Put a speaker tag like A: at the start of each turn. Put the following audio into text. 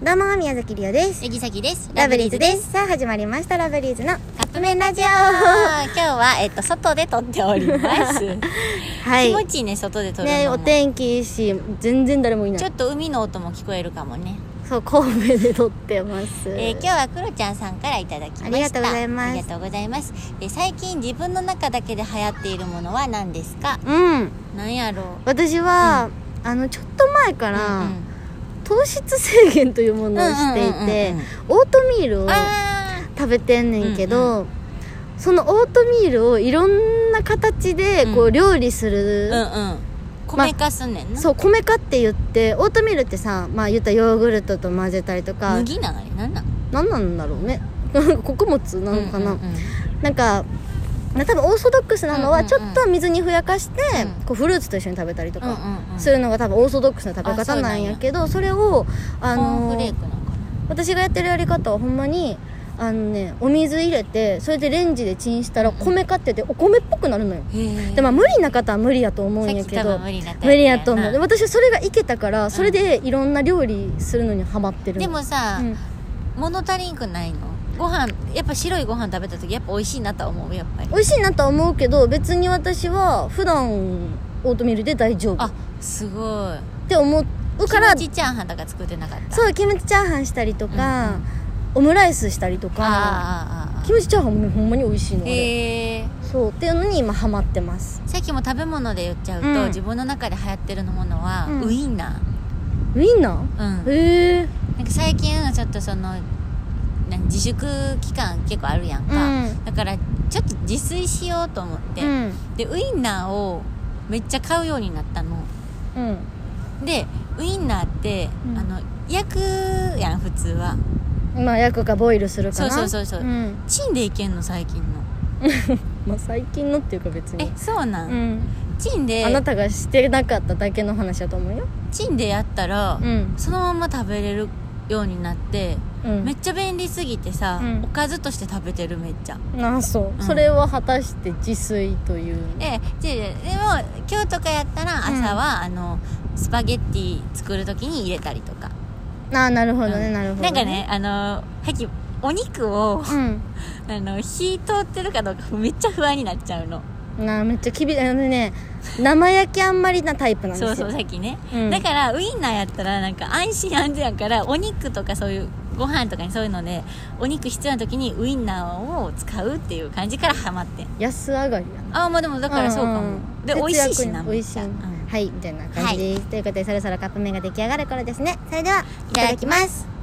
A: どうも宮崎りおです
B: えぎさきです
A: ラブリーズですさあ始まりましたラブリーズの
B: カップ
A: 麺ラジオは
B: あー今日は、えっと、外で撮っており ます、気
A: い
B: 持ちいいね外で撮るのも、
A: ねお天気いいし全然誰もいな
B: ちょっ
A: い
B: と海の音も聞こえるかもね、
A: そう神戸で撮ってます、
B: えー今日はクロちゃんさんからいただきました
A: ありがとうございます
B: ありがとうございますえー最近自分の中だけで流行っているものは何ですか
A: うん
B: なんやろう
A: 私は、あのちょっと前から、糖質制限というものをしていて、
B: うんうんうんうん
A: オートミールを
B: あ
A: 食べてんねんけ
B: う
A: ど、そのオートミールをいろんな形でこ
B: う
A: うん料理す
B: ー
A: る、
B: うんうん米かすんねんな、
A: そう米化って言ってオートミールってさまあ言ったらヨーグルトと混ぜたりとか
B: 麦なのになんなん
A: 何なんだろうね 穀物なのかな、
B: うんうんうん
A: なんかな多分オーソドックスなの
B: うん
A: は
B: うん
A: ちょっと水にふやかして、
B: うん
A: こうフルーツと一緒に食べたりと
B: うん
A: か
B: うんうん
A: するのが多分オーソドックスな食べ
B: あそ
A: 方
B: う
A: な
B: なん
A: ん
B: や
A: やけどそれをあ
B: コーン
A: の
B: フレークなのか
A: 私がやってるやり方はほんまにあのねお水入れてそれでレンジでチンしたら米化っててお米っぽくなるのよ
B: なへー
A: でまあ無理な方は無理やと思うんや
B: さっき
A: け
B: 多
A: ど
B: 分無理なタイプ
A: 無理やと思う
B: な
A: で私はそれがいけたからそれでいろんな料理するのにハマってる
B: でもさ、
A: うん
B: 物足りんくないのご飯やっぱ白いご飯食べた時やっぱ美味しいなとは思うやっぱり
A: 美味しいなとは思うけど別に私は普段オートミールで大丈夫っ
B: あすごい
A: て思うから
B: キムチチャーハンとか作ってなかったう
A: そうキムチチャーハンしたりとか、オムライスしたりとか
B: あーあーあー
A: キムチチャーハンもほんまに美味しいのあれ
B: へえ
A: そうっていうのに今ハマってます
B: さっきも食べ物で言っちゃうと、
A: うん
B: 自分の中で流行ってるものは、
A: うん
B: ウインナ
A: ウインナ
B: ーうん
A: ーへえ
B: なんか最近ちょっとその何自粛期間結構あるやんか、
A: うん
B: だからちょっと自炊しようと思って、
A: うん
B: でウインナーをめっちゃ買うようになったの
A: うん
B: でウインナーって、
A: うん
B: あの焼くやん普通は
A: まあ焼くかボイルするかな
B: そうそうそうそうんチンでいけんの最近の
A: まあ最近のっていうか別に
B: えそうな、
A: うんん
B: チンで
A: あなたがしてなかっただけの話だと思うよ
B: チンでやったら、
A: うん
B: そのまま食べれるようになって、
A: うん
B: めっちゃ便利すぎてさ、
A: うん
B: おかずとして食べてるめっちゃ
A: あそう、
B: ん
A: それは果たして自炊という
B: えででも今日とかやったら朝は、あのスパゲッティ作る時に入れたりとか
A: ああなるほどね、
B: うん
A: なるほど
B: なんかねあのさっきお肉をあの火通ってるかどうかめっちゃ不安になっちゃうの
A: うんなあめっちゃきびあのね生焼きあんまりなタイプなんです
B: そ
A: よ
B: うそうさっきね、
A: うん
B: だからウインナーやったらなんか安心安全やからお肉とかそういうご飯とかにそういうのでお肉必要な時にウインナーを使うっていう感じからハマってん
A: 安上がりやな
B: ああまあでもだからそうかも、
A: んん
B: で美味しいし
A: 節約
B: な
A: に美味しい、
B: めっちゃうん
A: はいみたいな感じです、ということでそろそろカップ麺が出来上がる頃ですねそれではいただきます